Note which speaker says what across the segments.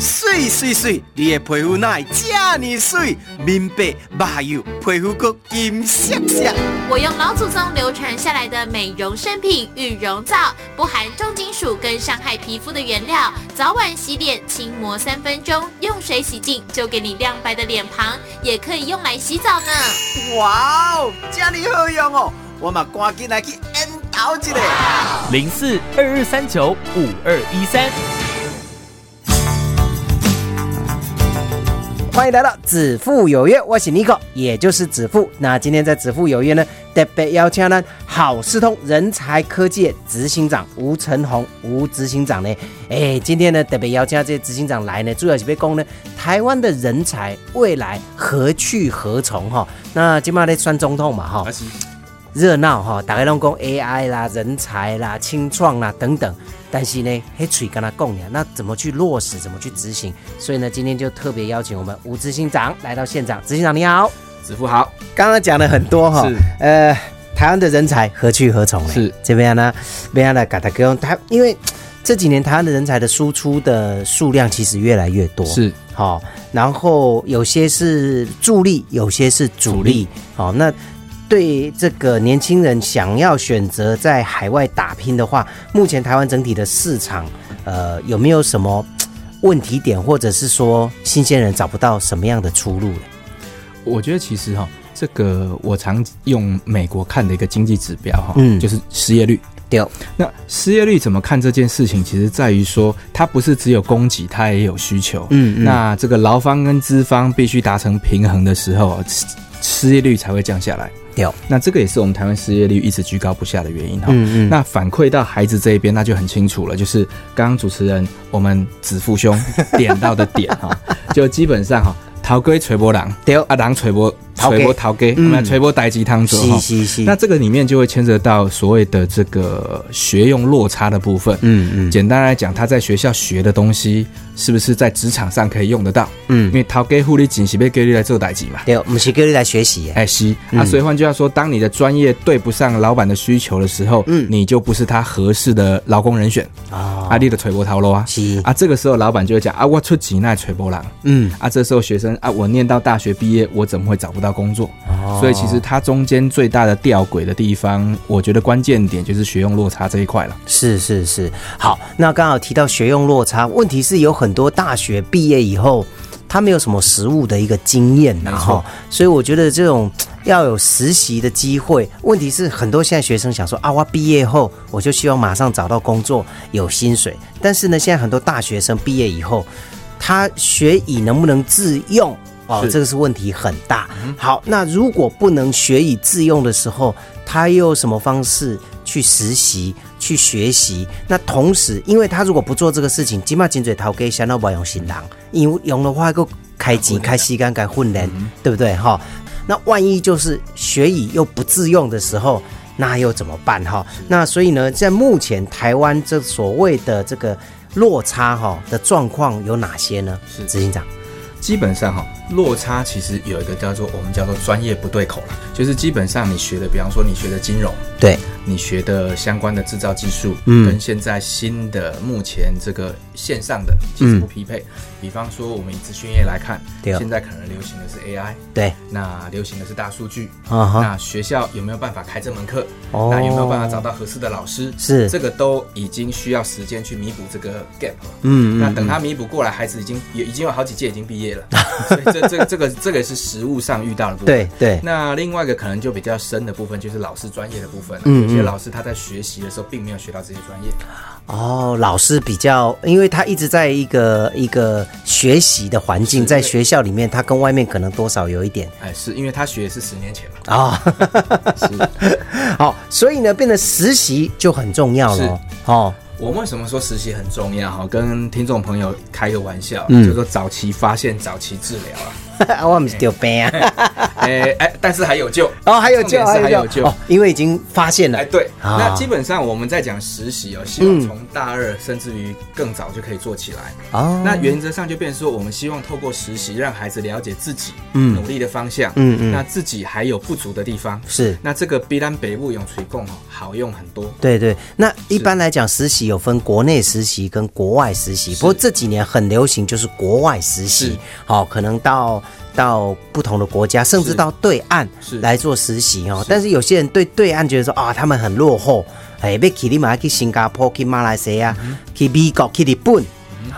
Speaker 1: 水水水，你的皮肤哪会这么水？面白目油，皮肤阁金闪闪。
Speaker 2: 我用老祖宗流传下来的美容圣品羽绒皂，不含重金属跟伤害皮肤的原料，早晚洗脸轻磨三分钟，用水洗净就给你亮白的脸庞，也可以用来洗澡呢。
Speaker 1: 哇哦，这么好用哦！我嘛赶紧来去研究一下。
Speaker 3: 零四二二三九五二一三。
Speaker 4: 欢迎来到子父有约，我是 Nico，也就是子父。那今天在子父有约呢，特别邀请呢好事通人才科技的执行长吴成宏吴执行长呢，哎，今天呢特别邀请这些执行长来呢，主要是要讲呢台湾的人才未来何去何从哈、那今麦咧选总统嘛哈、
Speaker 1: 啊是
Speaker 4: 热闹哈，大家拢讲 AI 啦、人才啦、清创啦等等，但是呢，黑嘴跟他共呀，那怎么去落实，怎么去执行？所以呢，今天就特别邀请我们吴执行长来到现场。执行长你好，
Speaker 5: 子父好，
Speaker 4: 刚刚讲了很多哈
Speaker 5: 是
Speaker 4: 呃，台湾的人才何去何从呢？
Speaker 5: 是
Speaker 4: 这边呢，边样来给大家用台，因为这几年台湾的人才的输出的数量其实越来越多，
Speaker 5: 是
Speaker 4: 好、然后有些是助力，有些是主
Speaker 5: 主
Speaker 4: 力
Speaker 5: 力，
Speaker 4: 好、那。对这个年轻人想要选择在海外打拼的话，目前台湾整体的市场，呃，有没有什么嘖问题点，或者是说新鲜人找不到什么样的出路呢？
Speaker 5: 我觉得其实哈、这个我常用美国看的一个经济指标哈、
Speaker 4: 嗯
Speaker 5: 就是失业率。
Speaker 4: 对，
Speaker 5: 那失业率怎么看这件事情，其实在于说，它不是只有供给，它也有需求。
Speaker 4: 嗯嗯
Speaker 5: 那这个劳方跟资方必须达成平衡的时候，失失业率才会降下来。
Speaker 4: 对，
Speaker 5: 那这个也是我们台湾失业率一直居高不下的原因哈、
Speaker 4: 嗯嗯，
Speaker 5: 那反馈到孩子这一边，那就很清楚了，就是刚刚主持人我们子父兄 点到的点哈，就基本上哈，逃龟锤波狼，
Speaker 4: 对
Speaker 5: 啊狼锤波
Speaker 4: 头家
Speaker 5: 锤波逃龟，我
Speaker 4: 嗯
Speaker 5: 们锤波呆鸡汤说
Speaker 4: 是
Speaker 5: 哈。
Speaker 4: 是是，
Speaker 5: 那这个里面就会牵涉到所谓的这个学用落差的部分。
Speaker 4: 嗯嗯
Speaker 5: 简单来讲，他在学校学的东西是不是在职场上可以用得到？因
Speaker 4: 嗯，
Speaker 5: 为逃给护理警是被给你来做代级嘛。
Speaker 4: 对，哦我们是叫你来学习的，
Speaker 5: 哎，是啊，
Speaker 4: 嗯
Speaker 5: 所以换句话说，当你的专业对不上老板的需求的时候，
Speaker 4: 嗯
Speaker 5: 你就不是他合适的劳工人选，
Speaker 4: 哦
Speaker 5: 啊，你的锤波头喽啊，
Speaker 4: 是
Speaker 5: 啊，这个时候老板就会讲啊，我出几奈锤波郎
Speaker 4: 嗯，
Speaker 5: 啊，这时候学生啊，我念到大学毕业，我怎么会找不到工作？
Speaker 4: 哦
Speaker 5: 所以其实它中间最大的吊诡的地方，我觉得关键点就是学用落差这一块了。
Speaker 4: 是是是，好，那刚好提到学用落差，问题是有很多大学毕业以后，他没有什么实务的一个经验呐，然
Speaker 5: 没错
Speaker 4: 后，所以我觉得这种要有实习的机会，问题是很多现在学生想说啊，我毕业后我就希望马上找到工作有薪水，但是呢，现在很多大学生毕业以后，他学以能不能自用？哦，
Speaker 5: 是
Speaker 4: 这个是问题很大。好，那如果不能学以致用的时候，他又有什么方式去实习、去学习？那同时，因为他如果不做这个事情，起码颈椎头给想到不用新郎，因为用的话够开机、开时间、该混人，
Speaker 5: 嗯
Speaker 4: 对不对？哈、那万一就是学以又不自用的时候，那又怎么办哈？那所以呢，在目前台湾这所谓的这个落差哈的状况有哪些呢？
Speaker 5: 是
Speaker 4: 执行长，
Speaker 5: 基本上哈、落差其实有一个叫做我们叫做专业不对口啦，就是基本上你学的，比方说你学的金融，
Speaker 4: 对，
Speaker 5: 你学的相关的制造技术，
Speaker 4: 嗯
Speaker 5: 跟现在新的目前这个线上的其实不匹配。比方说，我们以资讯业来看，
Speaker 4: 嗯对哦
Speaker 5: 现在可能流行的是 AI，
Speaker 4: 对，
Speaker 5: 那流行的是大数据。
Speaker 4: 啊哈，
Speaker 5: 那学校有没有办法开这门课？
Speaker 4: 哦
Speaker 5: 那有没有办法找到合适的老师？
Speaker 4: 是
Speaker 5: 这个都已经需要时间去弥补这个 gap 了。
Speaker 4: 嗯
Speaker 5: 那等他弥补过来，孩子已经也已经有好几届已经毕业 了，所以这这这个这个是实物上遇到的部分。
Speaker 4: 对对，
Speaker 5: 那另外一个可能就比较深的部分，就是老师专业的部分了。
Speaker 4: 嗯
Speaker 5: 有
Speaker 4: 嗯
Speaker 5: 些老师他在学习的时候并没有学到这些专业。
Speaker 4: 哦，老师比较，因为他一直在一个一个学习的环境，
Speaker 5: 是
Speaker 4: 在
Speaker 5: 对
Speaker 4: 学校里面，他跟外面可能多少有一点
Speaker 5: 哎，是因为他学的是十年前嘛？
Speaker 4: 啊， 好，所以呢，变得实习就很重要了哦哦，
Speaker 5: 我们为什么说实习很重要？哈，跟听众朋友开个玩笑，
Speaker 4: 嗯
Speaker 5: 就说早期发现、早期治疗啊。
Speaker 4: 我们是丢班啊，
Speaker 5: 哎哎，但是还有救
Speaker 4: 哦，还有救，
Speaker 5: 重点是还有
Speaker 4: 有
Speaker 5: 救
Speaker 4: 哦，因为已经发现
Speaker 5: 哎，
Speaker 4: 了，
Speaker 5: 对，
Speaker 4: 啊嗯
Speaker 5: 那基本上我们在讲实习哦，希望从大二甚至于更早就可以做起来。
Speaker 4: 哦，
Speaker 5: 那原则上就变成说，我们希望透过实习让孩子了解自己
Speaker 4: 嗯
Speaker 5: 努力的方向，
Speaker 4: 嗯嗯
Speaker 5: 那自己还有不足的地方。
Speaker 4: 是
Speaker 5: 那这个必然北部永垂共哦，好用很多。
Speaker 4: 对对，那一般来讲，实习有分国内实习跟国外实习。不过这几年很流行就是国外实
Speaker 5: 是
Speaker 4: 习，好、可能到到不同的国家，甚至
Speaker 5: 是
Speaker 4: 到对岸
Speaker 5: 是
Speaker 4: 来做实习哦。但是有些人对对岸觉得说啊、他们很落后，哎，被去你马去新加坡、去马来西亚、去美国、去日本，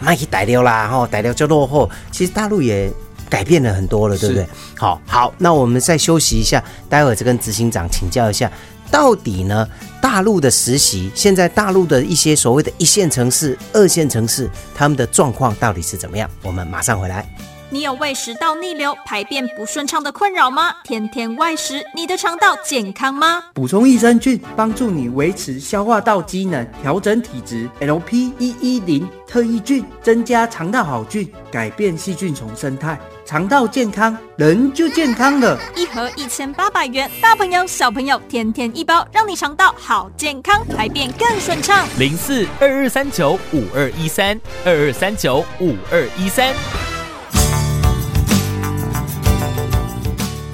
Speaker 4: 卖、去大陆啦，吼、大陆就落后。其实大陆也。改变了很多了，对不对
Speaker 5: 是？
Speaker 4: 好好，那我们再休息一下，待会儿再跟执行长请教一下，到底呢大陆的实习，现在大陆的一些所谓的一线城市、二线城市，他们的状况到底是怎么样？我们马上回来。
Speaker 6: 你有胃食道逆流、排便不顺畅的困扰吗？天天外食，你的肠道健康吗？
Speaker 7: 补充益生菌，帮助你维持消化道机能，调整体质。LP 一一零特异菌增加肠道好菌，改变细菌丛生态，肠道健康，人就健康了。
Speaker 6: 一盒一千八百元，大朋友小朋友天天一包，让你肠道好健康，排便更顺畅。
Speaker 3: 零四二二三九五二一三二二三九五二一三。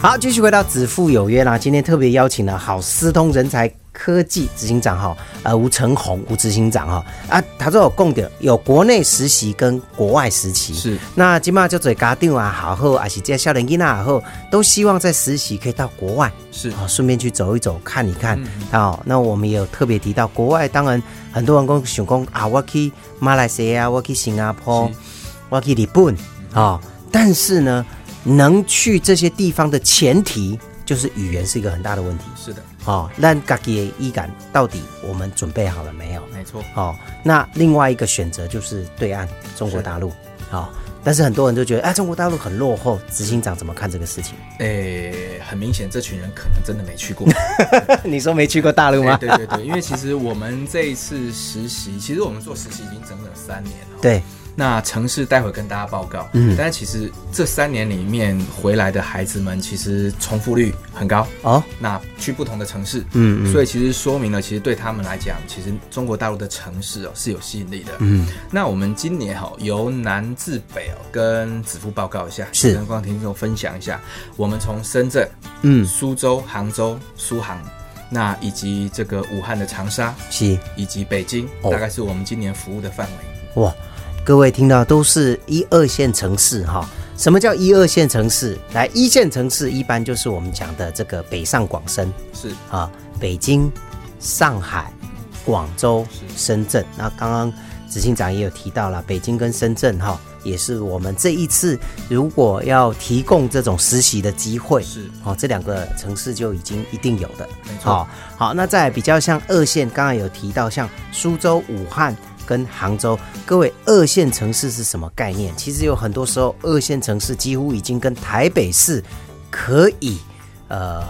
Speaker 4: 好，继续回到子父有约啦。今天特别邀请了好思通人才科技执行长哈，呃，吴成宏吴执行长哈啊，他说有供的有国内实习跟国外实习
Speaker 5: 是。
Speaker 4: 那今嘛就做家长啊，好好，还是这少年囡仔也好，都希望在实习可以到国外
Speaker 5: 是
Speaker 4: 啊，顺便去走一走，看一
Speaker 5: 嗯
Speaker 4: 看啊、哦。那我们也有特别提到国外，当然很多人讲想讲啊，我去马来西亚，我去新加坡
Speaker 5: 是，嗯
Speaker 4: 我去日本啊、哦。但是呢，能去这些地方的前提就是语言是一个很大的问题
Speaker 5: 是的，
Speaker 4: 哦。那自己的语感到底我们准备好了没有？
Speaker 5: 没错，
Speaker 4: 哦，那另外一个选择就是对岸中国大陆哦。但是很多人都觉得，哎、中国大陆很落后，执行长怎么看这个事情？
Speaker 5: 诶，哎很明显这群人可能真的没去过。
Speaker 4: 你说没去过大陆
Speaker 5: 哎
Speaker 4: 吗？
Speaker 5: 对对对，因为其实我们这一次实习，其实我们做实习已经整整三年了。
Speaker 4: 对，
Speaker 5: 那城市待会跟大家报告。
Speaker 4: 嗯
Speaker 5: 但是其实这三年里面回来的孩子们，其实重复率很高。
Speaker 4: 哦，
Speaker 5: 那去不同的城市，
Speaker 4: 嗯嗯
Speaker 5: 所以其实说明了，其实对他们来讲，其实中国大陆的城市哦是有吸引力的。
Speaker 4: 嗯，
Speaker 5: 那我们今年哈、哦、由南至北哦，跟子父报告一下，
Speaker 4: 是
Speaker 5: 跟光听众分享一下，我们从深圳、
Speaker 4: 嗯，
Speaker 5: 苏州、杭州、苏杭，那以及这个武汉的长沙，
Speaker 4: 是
Speaker 5: 以及北京，
Speaker 4: 哦
Speaker 5: 大概是我们今年服务的范围。
Speaker 4: 哇，各位听到都是一二线城市哈、什么叫一二线城市？来，一线城市一般就是我们讲的这个北上广深
Speaker 5: 是
Speaker 4: 啊，北京、上海、广州、深圳。那刚刚执行长也有提到了，北京跟深圳哈、也是我们这一次如果要提供这种实习的机会，
Speaker 5: 是
Speaker 4: 哦，这两个城市就已经一定有的。
Speaker 5: 没错
Speaker 4: 好、好，那再来比较像二线，刚刚有提到像苏州、武汉跟杭州，各位二线城市是什么概念？其实有很多时候，二线城市几乎已经跟台北市可以呃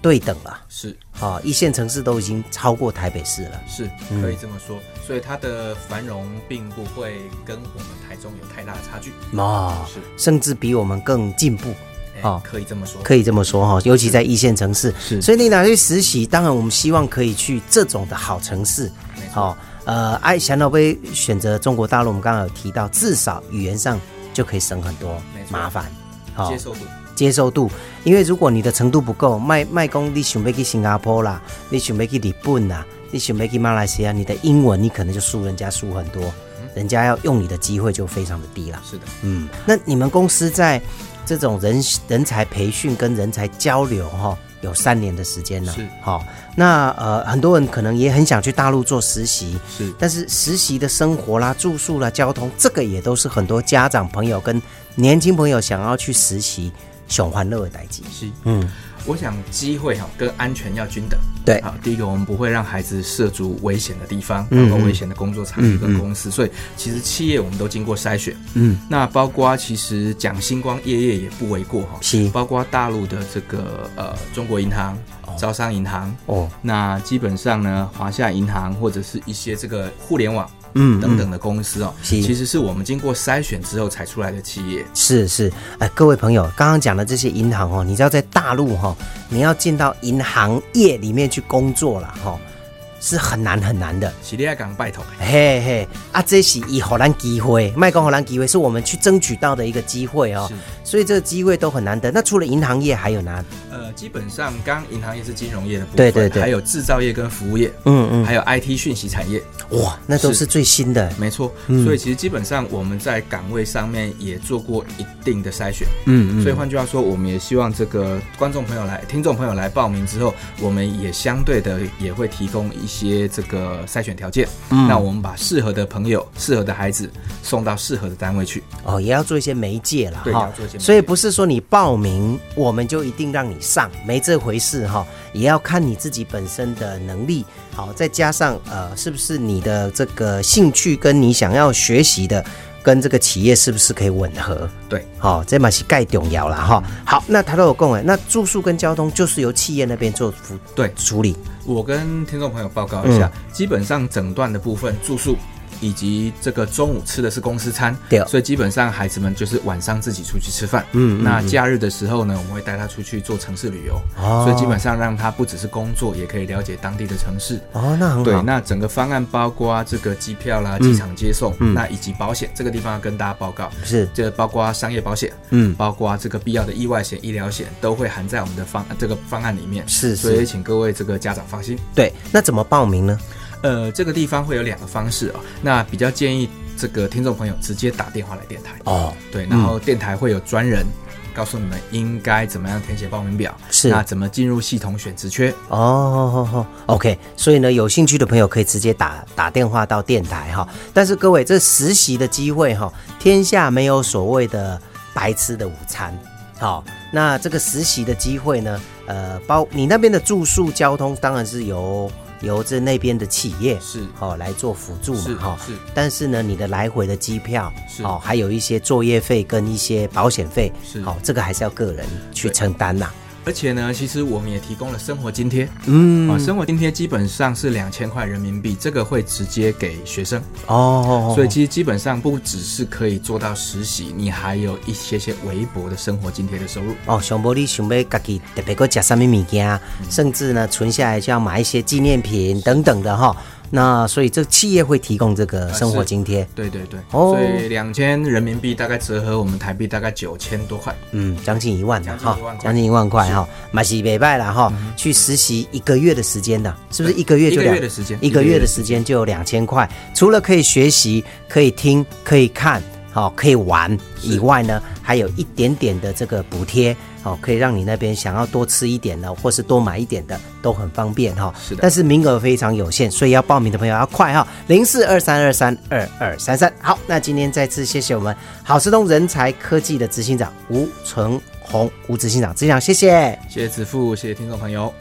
Speaker 4: 对等了。
Speaker 5: 是
Speaker 4: 啊、一线城市都已经超过台北市了。
Speaker 5: 是，
Speaker 4: 嗯
Speaker 5: 可以这么说。所以它的繁荣并不会跟我们台中有太大的差距。
Speaker 4: 哦，
Speaker 5: 是，
Speaker 4: 甚至比我们更进步，
Speaker 5: 哎
Speaker 4: 哦
Speaker 5: 可以这么说。
Speaker 4: 可以这么说哈。尤其在一线城市，
Speaker 5: 是
Speaker 4: 所以你拿去实习，当然我们希望可以去这种的好城市，
Speaker 5: 没错
Speaker 4: 好、呃，爱想到被选择中国大陆，我们刚刚有提到，至少语言上就可以省很多
Speaker 5: 没错
Speaker 4: 麻烦，好
Speaker 5: 接受度
Speaker 4: 接受度，因为如果你的程度不够，卖卖工你想要去新加坡啦，你想要去日本啦，你想要去马来西亚，你的英文你可能就输人家输很多，人家要用你的机会就非常的低啦。
Speaker 5: 嗯是的。
Speaker 4: 嗯，那你们公司在这种人人才培训跟人才交流哈、有三年的时间了，
Speaker 5: 是
Speaker 4: 好、那呃，很多人可能也很想去大陆做实习，
Speaker 5: 是
Speaker 4: 但是实习的生活啦、住宿啦、交通，这个也都是很多家长朋友跟年轻朋友想要去实习熊欢乐的代际。
Speaker 5: 是，
Speaker 4: 嗯，
Speaker 5: 我想机会哈、跟安全要均等。
Speaker 4: 对
Speaker 5: 好，第一个我们不会让孩子涉足危险的地方，
Speaker 4: 嗯
Speaker 5: 然后危险的工作场域
Speaker 4: 嗯
Speaker 5: 跟
Speaker 4: 嗯
Speaker 5: 公司，所以其实企业我们都经过筛选。
Speaker 4: 嗯，
Speaker 5: 那包括其实讲星光夜夜也不为过哈、
Speaker 4: 是
Speaker 5: 包括大陆的这个呃中国银行、招商银行，
Speaker 4: 哦，
Speaker 5: 那基本上呢，华夏银行或者是一些这个互联网
Speaker 4: 嗯
Speaker 5: 等等的公司哦，
Speaker 4: 是
Speaker 5: 其实是我们经过筛选之后才出来的企业。
Speaker 4: 是是，哎，各位朋友，刚刚讲的这些银行哦，你知道在大陆哈、哦，你要进到银行业里面去工作了哈、哦，是很难很难的。
Speaker 5: 喜利亚港拜托，
Speaker 4: 嘿嘿，啊，这是以荷兰机会，麦克荷兰机会是我们去争取到的一个机会哦
Speaker 5: 是，
Speaker 4: 所以这个机会都很难得。那除了银行业还有哪？
Speaker 5: 呃，基本上刚刚银行业是金融业的部分，
Speaker 4: 对对对
Speaker 5: 还有制造业跟服务业，
Speaker 4: 嗯嗯
Speaker 5: 还有 IT 讯息产业，
Speaker 4: 哇，那都是
Speaker 5: 是
Speaker 4: 最新的，
Speaker 5: 没错。
Speaker 4: 嗯
Speaker 5: 所以其实基本上我们在岗位上面也做过一定的筛选，
Speaker 4: 嗯
Speaker 5: 所以换句话说，我们也希望这个观众朋友来、听众朋友来报名之后，我们也相对的也会提供一些这个筛选条件。
Speaker 4: 嗯
Speaker 5: 那我们把适合的朋友、适合的孩子送到适合的单位去。
Speaker 4: 哦，也要做一些媒介了
Speaker 5: 对
Speaker 4: 哈
Speaker 5: 也要做一些媒介
Speaker 4: 所以不是说你报名我们就一定让你上，没这回事哈、也要看你自己本身的能力，好，再加上呃，是不是你的这个兴趣跟你想要学习的。跟这个企业是不是可以吻合？
Speaker 5: 对，
Speaker 4: 好、这嘛是盖重要了哈、好，那他都有共诶，那住宿跟交通就是由企业那边做服
Speaker 5: 对
Speaker 4: 处理。
Speaker 5: 我跟听众朋友报告一下，
Speaker 4: 嗯
Speaker 5: 基本上整段的部分住宿。以及这个中午吃的是公司餐，
Speaker 4: 对
Speaker 5: 所以基本上孩子们就是晚上自己出去吃饭。
Speaker 4: 嗯嗯
Speaker 5: 那假日的时候呢，我们会带他出去做城市旅游，
Speaker 4: 哦
Speaker 5: 所以基本上让他不只是工作，也可以了解当地的城市。
Speaker 4: 哦，那很好。嗯
Speaker 5: 对，那整个方案包括这个机票啦、机场接送，那以及保险这个地方要跟大家报告，
Speaker 4: 是
Speaker 5: 这包括商业保险，
Speaker 4: 嗯
Speaker 5: 包括这个必要的意外险、医疗险都会含在我们的方这个方案里面。
Speaker 4: 是
Speaker 5: 所以
Speaker 4: 是，
Speaker 5: 请各位这个家长放心。
Speaker 4: 对，那怎么报名呢？
Speaker 5: 呃，这个地方会有两个方式哦，那比较建议这个听众朋友直接打电话来电台，
Speaker 4: 哦，
Speaker 5: 对，然后电台会有专人。告诉你们应该怎么样填写报名表，
Speaker 4: 是
Speaker 5: 那怎么进入系统选职缺，
Speaker 4: 哦哦哦，OK，所以呢，有兴趣的朋友可以直接打打电话到电台哈。但是各位，这实习的机会哈，天下没有所谓的白吃的午餐。好，那这个实习的机会呢，呃，包你那边的住宿、交通，当然是由由这那边的企业
Speaker 5: 是
Speaker 4: 好来做辅助
Speaker 5: 是
Speaker 4: 嘛哈。
Speaker 5: 是
Speaker 4: 但是呢，你的来回的机票
Speaker 5: 是
Speaker 4: 哦，还有一些作业费跟一些保险费，
Speaker 5: 是
Speaker 4: 好，这个还是要个人去
Speaker 5: 对
Speaker 4: 承担呐、
Speaker 5: 而且呢，其实我们也提供了生活津贴，
Speaker 4: 嗯
Speaker 5: 啊，生活津贴基本上是两千块人民币，这个会直接给学生，
Speaker 4: 哦
Speaker 5: 所以其实基本上不只是可以做到实习，你还有一些些微薄的生活津贴的收入。
Speaker 4: 哦，想无你想要家己特别搁食什么物件，
Speaker 5: 嗯
Speaker 4: 甚至呢存下来就要买一些纪念品等等的哈。那所以这企业会提供这个
Speaker 5: 啊
Speaker 4: 生活津贴，
Speaker 5: 对对对，
Speaker 4: 哦
Speaker 5: 所以两千人民币大概折合我们台币大概九千多块，
Speaker 4: 嗯，将近一万的
Speaker 5: 将近
Speaker 4: 哈
Speaker 5: 一万，块嗯
Speaker 4: 将近一万块哈，马西北拜了哈，去实习一个月的时间的，是不是一个月就
Speaker 5: 一个
Speaker 4: 两
Speaker 5: 月的时间
Speaker 4: 一个
Speaker 5: 一个
Speaker 4: 月
Speaker 5: 月
Speaker 4: 的
Speaker 5: 的
Speaker 4: 时间就有两千块，除了可以学习、可以听、可以看。好、可以玩以外呢，还有一点点的这个补贴，好、可以让你那边想要多吃一点的，或是多买一点的，都很方便哈、
Speaker 5: 是的
Speaker 4: 但是名额非常有限，所以要报名的朋友要快哈、零四二三二三二二三三。好，那今天再次谢谢我们好时通人才科技的执行长吴成红吴执行长，执行长谢谢。
Speaker 5: 谢谢子父，谢谢听众朋友。